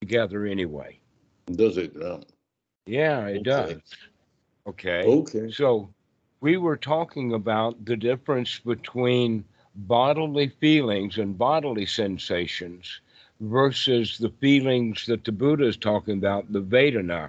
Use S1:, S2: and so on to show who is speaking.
S1: together anyway.
S2: Does it now?
S1: Yeah, it does. Oh. Okay.
S2: Okay.
S1: So we were talking about the difference between bodily feelings and bodily sensations versus the feelings that the Buddha is talking about, the Vedana,